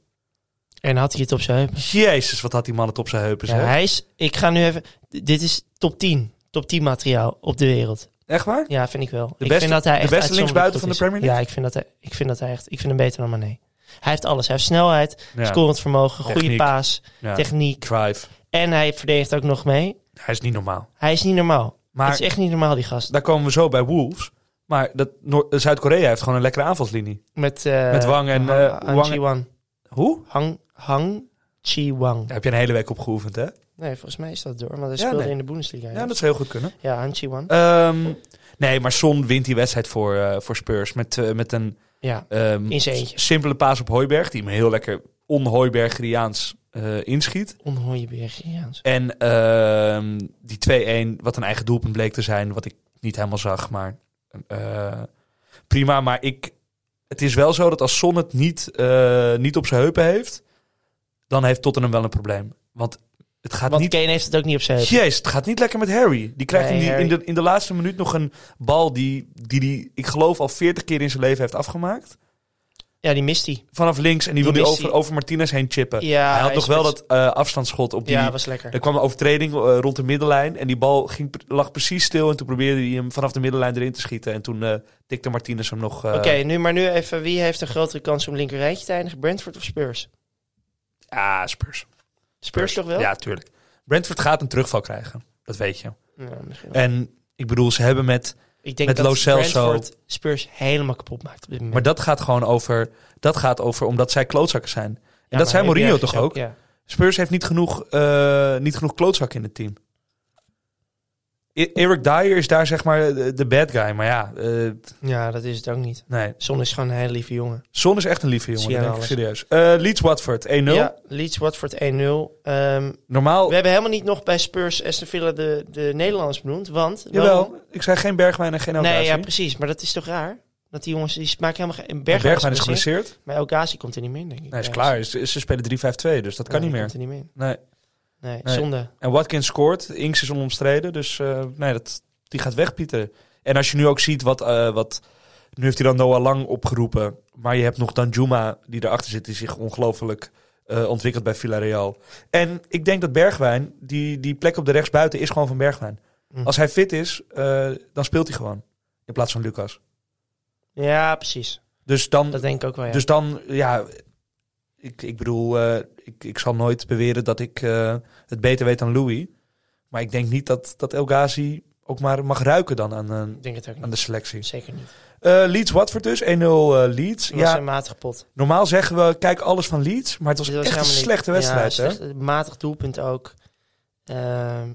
En had hij het op zijn heup.
Jezus, wat had die man het op zijn heupen,
Ja,
zeg.
Dus hij is... Ik ga nu even... d- Dit is top 10. Top 10 materiaal op de wereld.
Echt waar?
Ja, vind ik wel. ik
beste-
vind dat hij
de
echt
beste
uitzonderlijk
linksbuiten
goed
van de
is.
Premier League?
Ja, ik vind dat hij, ik vind dat hij echt. Ik vind hem beter dan Mané. Hij heeft alles. Hij heeft snelheid,
Ja.
scorend vermogen, goede
Techniek.
paas,
Ja.
techniek.
Drive.
En hij verdedigt ook nog mee.
Hij is niet normaal.
Hij is niet normaal.
Maar-
het is echt niet normaal, die gast.
Daar komen we zo bij Wolves. Maar dat Noor- eh, Zuid-Korea heeft gewoon een lekkere aanvalslinie.
Met, eh,
Met Wang en, eh,
Hang, Hang
Wang-
Chi-Wan.
Hoe?
Hang, Hang Chi-Wang.
Daar heb je een hele week op geoefend, hè?
Nee, volgens mij is dat door. Want hij
Ja,
speelde
nee.
in de Bundesliga.
Ja,
Ja,
dat zou heel goed kunnen.
ja Hang Chi-Wan.
Ehm, nee, maar Son wint die wedstrijd voor, eh, voor Spurs. Met, eh, met een
Ja,
ehm,
In zijn eentje.
simpele paas op Hooiberg. Die me heel lekker on-Hooibergeriaans eh, inschiet.
onhooienbergiaans.
En ehm, die 2-1, wat een eigen doelpunt bleek te zijn, wat ik niet helemaal zag, maar eh, prima. Maar ik, het is wel zo dat als Son het niet, eh, niet op zijn heupen heeft, dan heeft Tottenham wel een probleem. Want het gaat
Want
niet...
Kane heeft het ook niet op zijn heup.
Jezus, het gaat niet lekker met Harry. Die krijgt
Nee,
in, die-
Harry.
In, de, in de laatste minuut nog een bal die hij, die, die, ik geloof, al 40 keer in zijn leven heeft afgemaakt.
Ja, die mist hij.
Vanaf links en die,
Die
wil hij
mist
over,
hij.
over Martinez heen chippen.
Ja,
hij had
hij
nog wel
spits-
dat eh, afstandsschot op die,
Ja, was lekker.
er kwam een overtreding eh, rond de middenlijn. En die bal ging, pre- lag precies stil. En toen probeerde hij hem vanaf de middenlijn erin te schieten. En toen eh, tikte Martinez hem nog. eh,
Oké, nu, maar nu even. Wie heeft een grotere kans om linkerrijtje te eindigen? Brentford of Spurs?
Ja, Spurs.
Spurs toch wel?
Ja, tuurlijk. Brentford gaat een terugval krijgen. Dat weet je.
Ja, misschien wel.
En ik bedoel, ze hebben met.
ik denk
Eh, met
dat
Lo Celso-
Brentford Spurs helemaal kapot maakt op dit moment.
Maar dat gaat gewoon over. Dat gaat over omdat zij klootzakken zijn. En dat zijn Mourinho toch ook?
Ja.
Spurs heeft niet genoeg, eh niet genoeg klootzak in het team. E- Eric Dyer is daar zeg maar de de bad guy. Maar ja, eh,
Ja, dat is het ook niet.
nee.
Son is gewoon een hele lieve jongen.
Son is echt een lieve jongen,
Zie
dat
je
denk ik
alles.
serieus. Eh, Leeds Watford 1-0.
Ja, Leeds Watford 1-0.
Oh.
Ehm,
Normaal,
we hebben helemaal niet nog bij Spurs Aston Villa de, de Nederlanders benoemd, want... waarom-
jawel. Ik zei geen Bergwijn en geen Elgazi.
Nee, ja, precies. Maar dat is toch raar? Dat die jongens, die maken helemaal geen...
Bergwijn,
Berghuis
is
geblesseerd,
geblesseerd.
Maar El Ghazi komt er niet meer in, denk ik.
Nee, is
Ja,
klaar. Ze, ze spelen 3-5-2, dus dat kan niet
Nee, die
meer.
komt er niet meer in.
Nee.
Nee,
Nee.
zonde.
En Watkins scoort. Inks is onomstreden. Dus eh, nee, dat, die gaat weg, Pieter. En als je nu ook ziet wat, eh, wat... Nu heeft hij dan Noah Lang opgeroepen. Maar je hebt nog Danjuma die erachter zit. Die zich ongelooflijk eh, ontwikkelt bij Villarreal. En ik denk dat Bergwijn... Die, die plek op de rechtsbuiten is gewoon van Bergwijn.
Hm.
Als hij fit is, eh, dan speelt hij gewoon. In plaats van Lucas.
Ja, precies.
Dus dan,
Dat denk ik ook wel, ja.
dus dan ja... Ik, ik bedoel, eh, ik, ik zal nooit beweren dat ik eh, het beter weet dan Louis. Maar ik denk niet dat, dat El Ghazi ook maar mag ruiken dan aan, eh,
ik denk het ook
aan
niet.
de selectie.
Zeker niet.
Eh, Leeds Watford dus, 1-0 eh, Leeds.
Het was
Ja,
een matig pot.
normaal zeggen we, kijk alles van Leeds. Maar het was
Dit
echt een
helemaal niet-
slechte wedstrijd.
Ja,
hè?
slecht- matig doelpunt ook. Ehm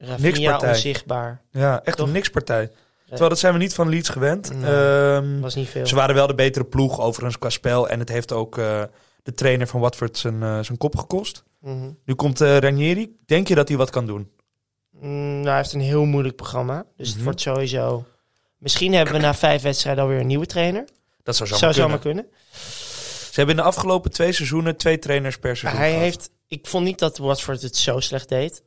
Rafinha
partij.
onzichtbaar.
ja echt
Toch?
een nikspartij. Terwijl dat zijn we niet van Leeds gewend.
Nee.
Ehm,
Was niet veel.
ze waren wel de betere ploeg overigens qua spel. En het heeft ook eh, de trainer van Watford zijn, eh, zijn kop gekost.
Mhm.
Nu komt eh Ranieri. Denk je dat hij wat kan doen?
Mm, nou, hij heeft een heel moeilijk programma. Dus
Mhm.
het wordt sowieso... Misschien hebben we na vijf wedstrijden alweer een nieuwe trainer.
Dat zou zomaar
Zou
kunnen.
zomaar kunnen.
Ze hebben in de afgelopen twee seizoenen twee trainers per seizoen
Hij
gehad.
heeft... Ik vond niet dat Watford het zo slecht deed.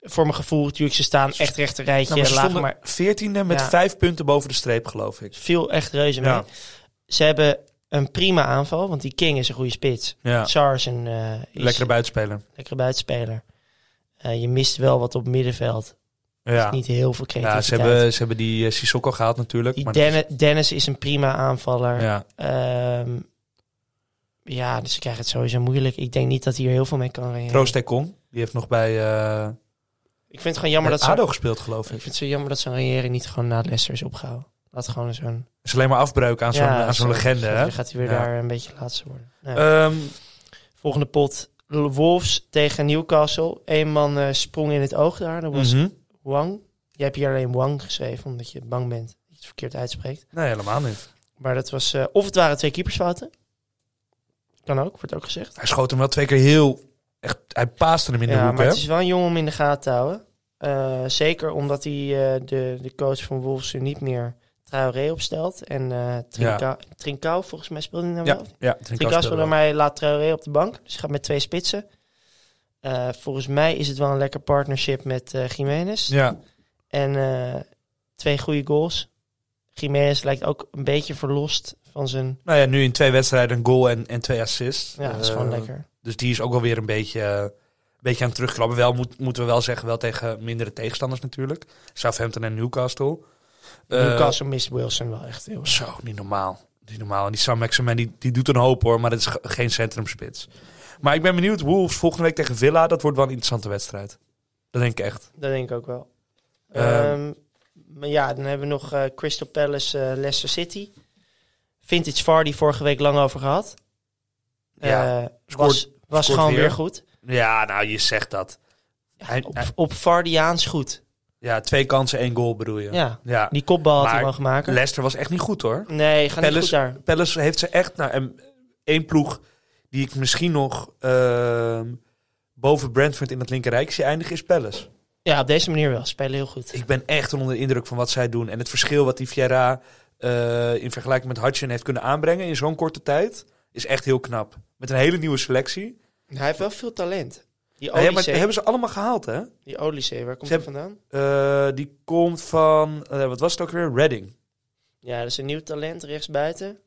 Voor mijn gevoel, natuurlijk, ze staan echt rechter rijtje.
Nou, maar ze
laag,
stonden
maar
veertiende met
Ja.
vijf punten boven de streep, geloof ik.
viel echt reuze mee.
Ja.
Ze hebben een prima aanval, want die King is een goede spits.
Ja.
Sar is een eh, is
Lekkere buitenspeler.
lekkere buitenspeler. Eh, je mist wel wat op middenveld.
Ja.
Niet heel veel
Ja,
creativiteit.
ze, hebben, ze hebben die eh, Sissoko gehaald natuurlijk.
die
maar dat
Dennis, Dennis is een prima aanvaller.
is- ja.
Ehm, ja, dus ik krijg het sowieso moeilijk. Ik denk niet dat hij er heel veel mee kan rijden.
Troost Ekong, die heeft nog bij, eh
Ik vind het gewoon jammer
bij
dat ze...
Eh, ADO gespeeld, geloof
Ik
ik.
vind het zo jammer dat zijn carrière niet gewoon na Leicester is opgehouden. Dat gewoon zo'n...
Het is alleen maar afbreuk aan zo'n
Ja,
aan zo'n
zo-
legende,
zo-
hè?
Dan gaat hij weer
Ja.
daar een beetje laatste worden. Nou,
Ehm,
volgende pot. Wolves tegen Newcastle. Eén man eh, sprong in het oog daar. Dat was
mhm.
Wang. Jij hebt hier alleen Wang geschreven, omdat je bang bent dat je het verkeerd uitspreekt.
Nee, helemaal niet.
Maar dat was... eh, of het waren twee keepersfouten. Kan ook, wordt ook gezegd.
Hij schoot hem wel twee keer heel... Echt, hij paaste hem in de
ja,
hoek,
maar
hè?
het is wel een jongen om in de gaten te houden. Eh, zeker omdat hij eh, de, de coach van Wolves er niet meer Traoré opstelt. En eh Trincao, Trincao, volgens mij speelde hij nou
Ja,
wel.
ja, Trincao
Trincao
speelde
speelde,
wel.
maar hij laat Traoré op de bank. Dus hij gaat met twee spitsen. Eh, volgens mij is het wel een lekker partnership met eh Jiménez.
Ja,
En eh, twee goede goals. Jiménez lijkt ook een beetje verlost van zijn...
nou ja, nu in twee wedstrijden een goal en, en twee assists.
Ja, dat is gewoon
Eh,
lekker.
Dus die is ook wel weer een beetje, eh, een beetje aan het terugkrabben. Wel moet, moeten we wel zeggen, wel tegen mindere tegenstanders natuurlijk. Southampton en Newcastle. Eh,
Newcastle mist Wilson wel echt heel erg.
Zo, niet normaal. Niet normaal. En die Sam Maximan, die, die doet een hoop hoor, maar dat is ge- geen centrumspits. Maar ik ben benieuwd, Wolves volgende week tegen Villa, dat wordt wel een interessante wedstrijd. Dat denk ik echt.
Dat denk ik ook wel.
Ehm.
Ehm, maar ja, dan hebben we nog eh, Crystal Palace, eh, Leicester City. Vintage Vardy vorige week lang over gehad.
Ja,
Eh,
scoort-
was was
scoort
gewoon
weer.
weer, goed.
Ja, nou, je zegt dat. Hij-
op,
hij-
op Vardiaans goed.
ja, twee kansen, één goal bedoel je.
Ja.
ja.
die kopbal had
Maar
hij mogen maken.
Leicester was echt niet goed hoor.
nee, gaat niet
Palace-
goed daar.
Palace heeft ze echt nou, en één ploeg die ik misschien nog ehm, boven Brentford in het linkerrijkje eindig is Palace.
Ja, op deze manier wel. Spelen heel goed.
Ik ben echt onder de indruk van wat zij doen en het verschil wat die Vieira eh, in vergelijking met Hutchin heeft kunnen aanbrengen in zo'n korte tijd is echt heel knap. Met een hele nieuwe selectie.
Hij heeft wel veel talent. Die
Nou ja, maar
Olise,
die hebben ze allemaal gehaald, hè?
die Olise waar komt
Ze
hij vandaan?
Eh, die komt van, eh, wat was het ook weer? Reading.
Ja, dat is een nieuw talent rechtsbuiten.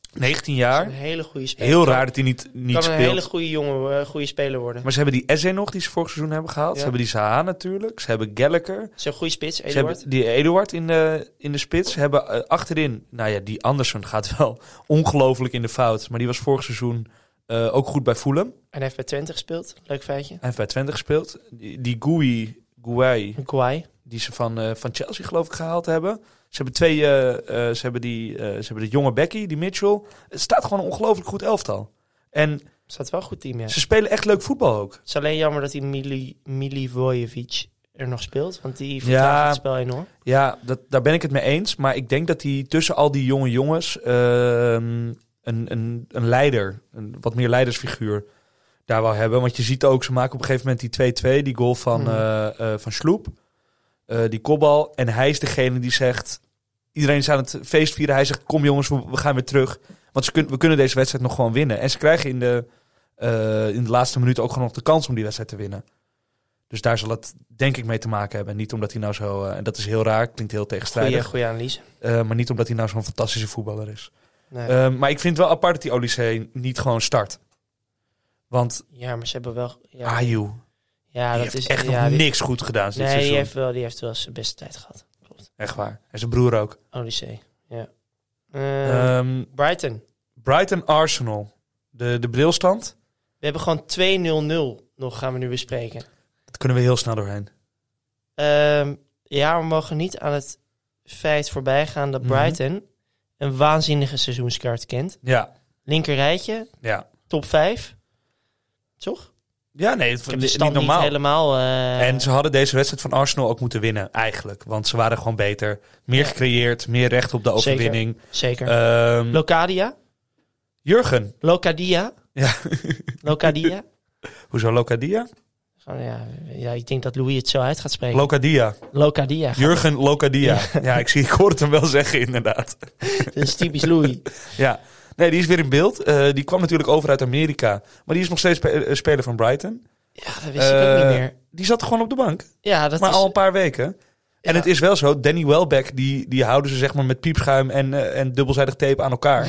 Dat
19
is
jaar.
Een hele goede speler.
Heel
Kan-
raar dat hij niet, niet
Kan een hele
speelt.
goede jongen, eh, goede speler worden.
Maar ze hebben die Eze nog, die ze vorig seizoen hebben gehaald.
Ja.
Ze hebben die Zaha natuurlijk. Ze hebben Gallagher.
Zo'n goede spits,
Ze
Eduard. Oh.
hebben die Eduard in de, in de spits. Ze hebben eh, achterin, nou ja, die Andersen gaat wel ongelooflijk in de fout. Maar die was vorig seizoen eh, ook goed bij Fulham. Hij
En hij heeft bij Twente gespeeld. Leuk feitje.
heeft bij Twente gespeeld. Die, die Gui, Guai,
Kwai.
die ze van, eh, van Chelsea geloof ik gehaald hebben. Ze hebben twee, eh, eh, ze hebben die, eh, ze hebben de jonge Becky, die Mitchell. Het staat gewoon een ongelooflijk goed elftal. En
Er staat wel een goed team, ja.
Ze spelen echt leuk voetbal ook.
Het is alleen jammer dat die Mili, Milivojevic er nog speelt. Want die
Ja.
vertraagt het spel enorm.
Ja, dat, daar ben ik het mee eens. Maar ik denk dat hij tussen al die jonge jongens ehm, een, een, een leider, een wat meer leidersfiguur daar wel hebben. Want je ziet ook, ze maken op een gegeven moment die 2-2, die goal van,
Hmm.
eh, eh, van Sloep. eh, die kopbal. En hij is degene die zegt, iedereen is aan het feest vieren. Hij zegt, kom jongens, we, we gaan weer terug. Want ze kun- we kunnen deze wedstrijd nog gewoon winnen. En ze krijgen in de, eh, in de laatste minuut ook gewoon nog de kans om die wedstrijd te winnen. Dus daar zal het denk ik mee te maken hebben. En niet omdat hij nou zo... eh, en dat is heel raar, klinkt heel
Goeie,
tegenstrijdig.
goede analyse.
eh, maar niet omdat hij nou zo'n fantastische voetballer is.
Nee.
Eh, maar ik vind het wel apart dat die Olysee niet gewoon start. Want
ja, maar ze hebben wel... Ja,
ja. Ayew,
ja
die
dat
heeft
is
Ah, echt
ja,
nog
die-
niks goed gedaan dit
Nee, die
seizoen.
heeft, wel, die heeft wel zijn beste tijd gehad. Klopt.
Echt waar. En zijn broer ook.
Odyssey, ja. Eh,
Ehm,
Brighton.
Brighton-Arsenal. De, de brilstand,
We hebben gewoon 2-0-0 nog gaan we nu bespreken.
dat kunnen we heel snel doorheen.
Ehm, ja, we mogen niet aan het feit voorbij gaan dat
Mhm.
Brighton een waanzinnige seizoenskaart kent.
Ja,
Linker rijtje,
ja.
top 5. Toch?
Ja, nee, het
Ik heb de
is
stand
niet
niet,
normaal.
helemaal... eh,
En ze hadden deze wedstrijd van Arsenal ook moeten winnen, eigenlijk. Want ze waren gewoon beter. Meer
Ja.
gecreëerd, meer recht op de
Zeker.
overwinning.
Zeker.
Ehm,
Locadia?
Jurgen.
Locadia?
Ja.
Locadia?
Hoezo Locadia?
Gewoon, ja, ja, ik denk dat Louis het zo uit gaat spreken.
Locadia.
Locadia.
Jurgen Locadia. Ja, ik, zie, ik hoor het hem wel zeggen, inderdaad.
Dat is typisch Louis.
Ja. Nee, die is weer in beeld. Eh, die kwam natuurlijk over uit Amerika. Maar die is nog steeds spe- eh, speler van Brighton.
Ja, dat wist ik ook
Eh,
niet meer.
Die zat gewoon op de bank.
Ja, dat
maar
is...
al een paar weken. En
Ja.
het is wel zo, Danny Welbeck, die, die houden ze zeg maar met piepschuim en, eh, en dubbelzijdig tape aan elkaar.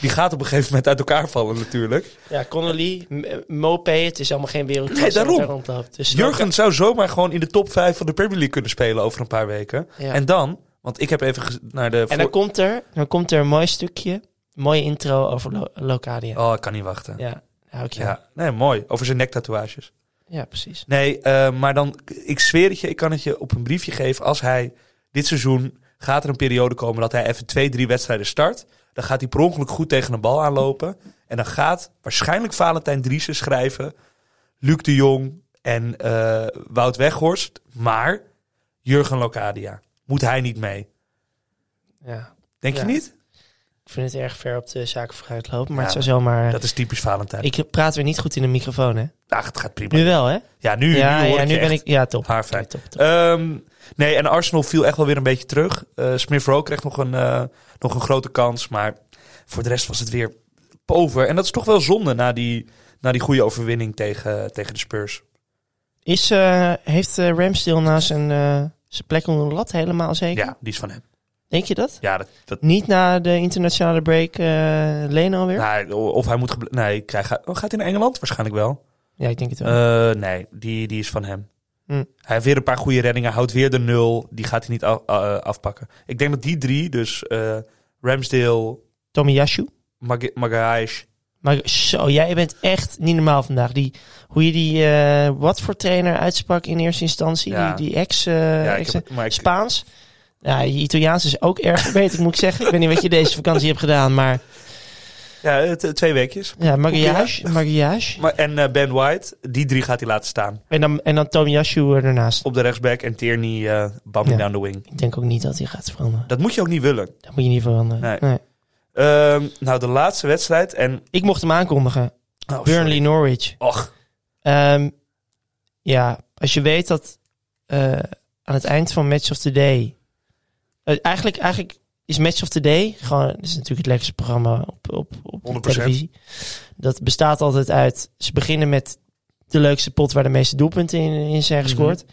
Die gaat op een gegeven moment uit elkaar vallen natuurlijk.
Ja, Connolly, M- eh, Mopé, het is allemaal geen wereldklasse
Nee, daarom.
wat daar rondloopt. Dus
Jurgen zou zomaar gewoon in de top 5 van de Premier League kunnen spelen over een paar weken.
Ja.
En dan, want ik heb even gez- naar de...
En dan
voor-
komt, er, dan komt er een mooi stukje, een mooie intro over Lo- Locadia.
Oh, ik kan niet wachten. Ja.
Ja, daar hou ik je aan.
Nee, mooi. Over zijn nektatoeages.
Ja, precies.
Nee, eh, maar dan, ik zweer het je, ik kan het je op een briefje geven. Als hij dit seizoen, gaat er een periode komen dat hij even twee, drie wedstrijden start. Dan gaat hij per ongeluk goed tegen een bal aanlopen. En dan gaat waarschijnlijk Valentijn Driessen schrijven. Luc de Jong en eh, Wout Weghorst. Maar Jurgen Locadia, moet hij niet mee?
Ja.
Denk je
Ja.
niet?
Ik vind het erg ver op de zaken vooruit lopen, maar
Ja,
het zou zomaar...
Dat is typisch Valentijn.
Ik praat weer niet goed in de microfoon, hè?
Ach, het gaat prima.
Nu wel, hè?
ja, nu,
ja,
nu, hoor
ja,
ik
nu
je
ben
echt.
ik... Ja, top.
Haarfijn.
Top, top, top.
Ehm, nee, en Arsenal viel echt wel weer een beetje terug. Eh Smith Rowe kreeg nog een, eh, nog een grote kans. Maar voor de rest was het weer pover. En dat is toch wel zonde na die, na die goede overwinning tegen, tegen de Spurs.
Is, eh, heeft eh, Ramsdale nou zijn, eh, zijn plek onder de lat helemaal zeker?
Ja, die is van hem.
Denk je dat?
Ja, dat, dat,
Niet na de internationale break eh Leno weer?
nou, of hij moet... geble- Nee, hij gaat, oh, gaat hij naar Engeland? Waarschijnlijk wel.
Ja, ik denk het wel.
Eh, nee, die, die is van hem.
Hm.
Hij heeft weer een paar goede reddingen. Houdt weer de nul. Die gaat hij niet af- eh, afpakken. Ik denk dat die drie, dus eh, Ramsdale,
Tommy Yashu?
Mag- Magalhaes...
Maar zo, jij bent echt niet normaal vandaag. Die, hoe je die eh wat voor trainer uitsprak in eerste instantie,
Ja.
die, die ex, eh,
ja, ik
ex-
heb, maar ik,
Spaans. Ja, je Italiaans is ook erg verbeterd, moet ik zeggen. Ik weet niet wat je deze vakantie hebt gedaan, maar
ja, eh, t- twee weekjes.
ja, mariage, mariage.
Maar, en eh, Ben White, die drie gaat hij laten staan.
En dan, en dan Tomiyasu ernaast.
Op de rechtsback en Tierney eh bumping
Ja.
down the wing.
Ik denk ook niet dat hij gaat veranderen.
Dat moet je ook niet willen.
Dat moet je niet veranderen.
Nee.
Nee.
Ehm, nou, de laatste wedstrijd en...
Ik mocht hem aankondigen.
Oh, sorry.
Burnley Norwich.
Och,
Ehm, ja, als je weet dat eh, aan het eind van Match of the Day... eh, eigenlijk, eigenlijk is Match of the Day gewoon... Dat is natuurlijk het lekkerste programma op, op, op de
100%.
televisie. Dat bestaat altijd uit... Ze beginnen met de leukste pot waar de meeste doelpunten in, in zijn
Mhm.
gescoord.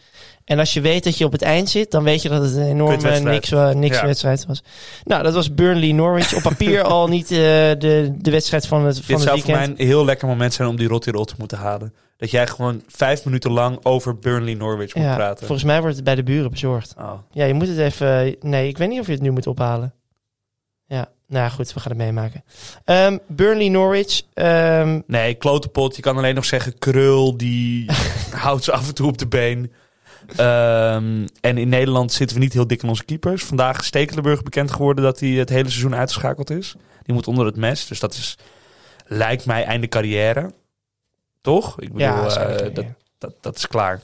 En als je weet dat je op het eind zit... dan weet je dat het een enorme
Kutwedstrijd.
niks, wa- niks
Ja.
wedstrijd was. Nou, dat was Burnley-Norwich. Op papier al niet eh, de, de wedstrijd van het, van
dit
het
zou voor
weekend.
mij een heel lekker moment zijn om die rot in rot te moeten halen. Dat jij gewoon vijf minuten lang over Burnley-Norwich moet
Ja,
praten.
volgens mij wordt het bij de buren bezorgd.
Oh.
Ja, je moet het even. eh, Nee, ik weet niet of je het nu moet ophalen. Ja, nou ja, goed, we gaan het meemaken. Ehm, Burnley Norwich. ehm,
Nee, klotenpot. Je kan alleen nog zeggen, Krul, die houdt ze af en toe op de been. Ehm, en in Nederland zitten we niet heel dik in onze keepers. Vandaag is Stekelenburg bekend geworden dat hij het hele seizoen uitgeschakeld is. Die moet onder het mes, dus dat is, lijkt mij, einde carrière. Toch? Ik bedoel,
Ja,
eh,
zeker, ja.
dat, dat, dat is klaar.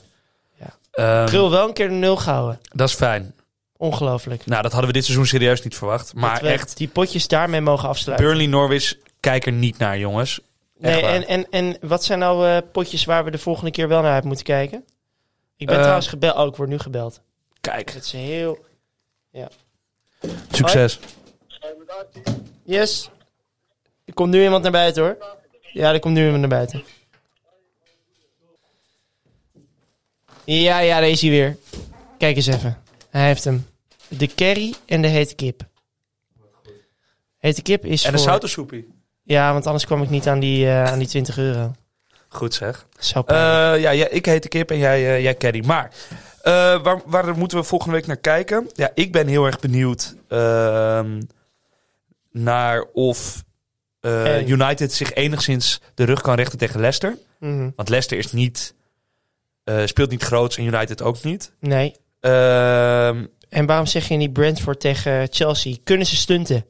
Ja.
Ehm,
Krul wel een keer de nul gehouden.
dat is fijn.
Ongelooflijk.
Nou, dat hadden we dit seizoen serieus niet verwacht. Maar
Dat we
echt,
die potjes daarmee mogen afsluiten.
Burnley Norwich, kijk er niet naar, jongens. echt
Nee,
waar.
en, en, en wat zijn nou eh, potjes waar we de volgende keer wel naar uit moeten kijken? Ik ben
Eh.
trouwens gebeld. Oh, ik word nu gebeld.
Kijk,
Dat is heel...
succes.
Yes. Er komt nu iemand naar buiten hoor. Ja, er komt nu iemand naar buiten. Ja, ja, daar is hij weer. Kijk eens even. Hij heeft hem. De curry en de hete kip. Hete kip is
En een
voor...
zoute soepie.
Ja, want anders kwam ik niet aan die, eh, aan die 20 euro.
Goed zeg.
Zo
Eh,
pijnlijk.
ja, ja, ik heet de kip en jij, eh, jij Caddy. Maar eh, waar, waar moeten we volgende week naar kijken? Ja, ik ben heel erg benieuwd ehm, naar of eh,
En?
United zich enigszins de rug kan rechten tegen Leicester.
Mhm.
Want Leicester is niet, eh, speelt niet groots en United ook niet.
Nee.
Ehm,
En waarom zeg je niet Brentford tegen Chelsea? Kunnen ze stunten?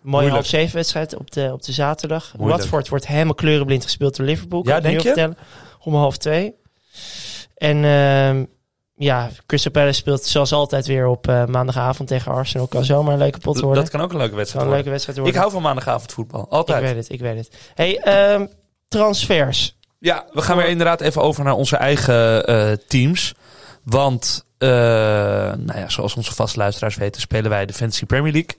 Mooie
moeilijk.
half zeven wedstrijd op de, op de zaterdag.
Moeilijk.
Watford wordt helemaal kleurenblind gespeeld door Liverpool. kan
Ja,
ik nu
denk
al
je?
vertellen. Om half twee. En ehm, ja, Crystal Palace speelt zoals altijd weer op eh, maandagavond tegen Arsenal. Kan zomaar een leuke pot worden.
dat kan ook een leuke wedstrijd
kan een
worden.
leuke wedstrijd
Ik
worden.
hou van maandagavond voetbal.
ik
Altijd.
weet het, ik weet het. Hey, ehm, transfers.
Ja, we gaan weer inderdaad even over naar onze eigen eh, teams. Want, eh, nou ja, zoals onze vaste luisteraars weten, spelen wij de Fantasy Premier League.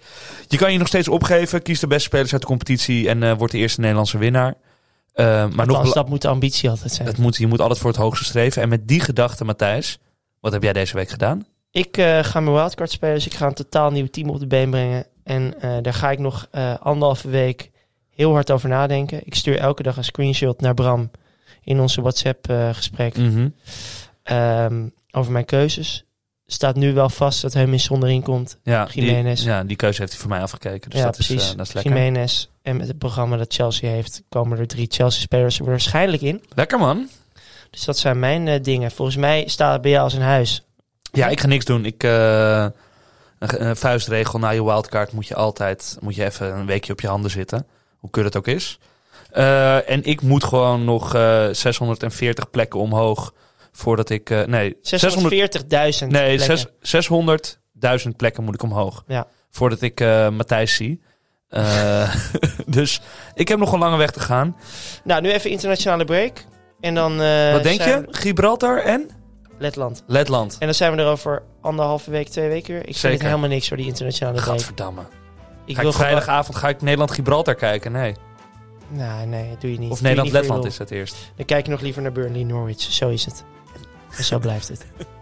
Je kan je nog steeds opgeven. Kies de beste spelers uit de competitie en eh wordt de eerste Nederlandse winnaar. Eh, maar nog
Althans,
bela-
dat moet de ambitie altijd zijn.
het moet, je moet altijd voor het hoogste streven. En met die gedachte, Matthijs, wat heb jij deze week gedaan?
Ik eh, ga mijn wildcard spelen, dus ik ga een totaal nieuw team op de been brengen. En eh, daar ga ik nog eh, anderhalve week heel hard over nadenken. Ik stuur elke dag een screenshot naar Bram in onze WhatsApp-gesprek
Mm. Mhm.
ehm, over mijn keuzes. Staat nu wel vast dat Heuminson erin komt.
Ja, die,
Jiménez.
ja, die keuze heeft hij voor mij afgekeken. Dus
ja,
dat,
precies.
Is, eh, dat is lekker.
Jiménez. En met het programma dat Chelsea heeft, komen er drie Chelsea-spelers er waarschijnlijk in.
Lekker man.
Dus dat zijn mijn eh, dingen. Volgens mij staat het bij jou als een huis.
Ja, ik ga niks doen. Ik, eh, een, een vuistregel na je wildcard moet je altijd moet je even een weekje op je handen zitten. Hoe keur het ook is. Eh, en ik moet gewoon nog eh, 640 plekken omhoog voordat ik... eh, nee, 600
640.000
nee
plekken.
zes- 600.000 plekken moet ik omhoog.
Ja.
Voordat ik eh, Matthijs zie. Eh, dus ik heb nog een lange weg te gaan.
Nou, nu even internationale break. En dan. eh,
Wat denk
zijn
je? Gibraltar en
we- Letland.
Letland.
En dan zijn we er over anderhalve week, twee weken weer. Ik vind
Zeker.
het helemaal niks voor die internationale break.
Gadverdamme.
Ik
ga ik
gewoon-
vrijdagavond ga ik Nederland-Gibraltar kijken? Nee.
Nou, nee, dat doe je niet.
Of
Doe je niet voor je
Nederland-Letland
lol.
is het eerst.
Dan kijk je nog liever naar Burnley, Norwich. Zo is het. En zo blijft het.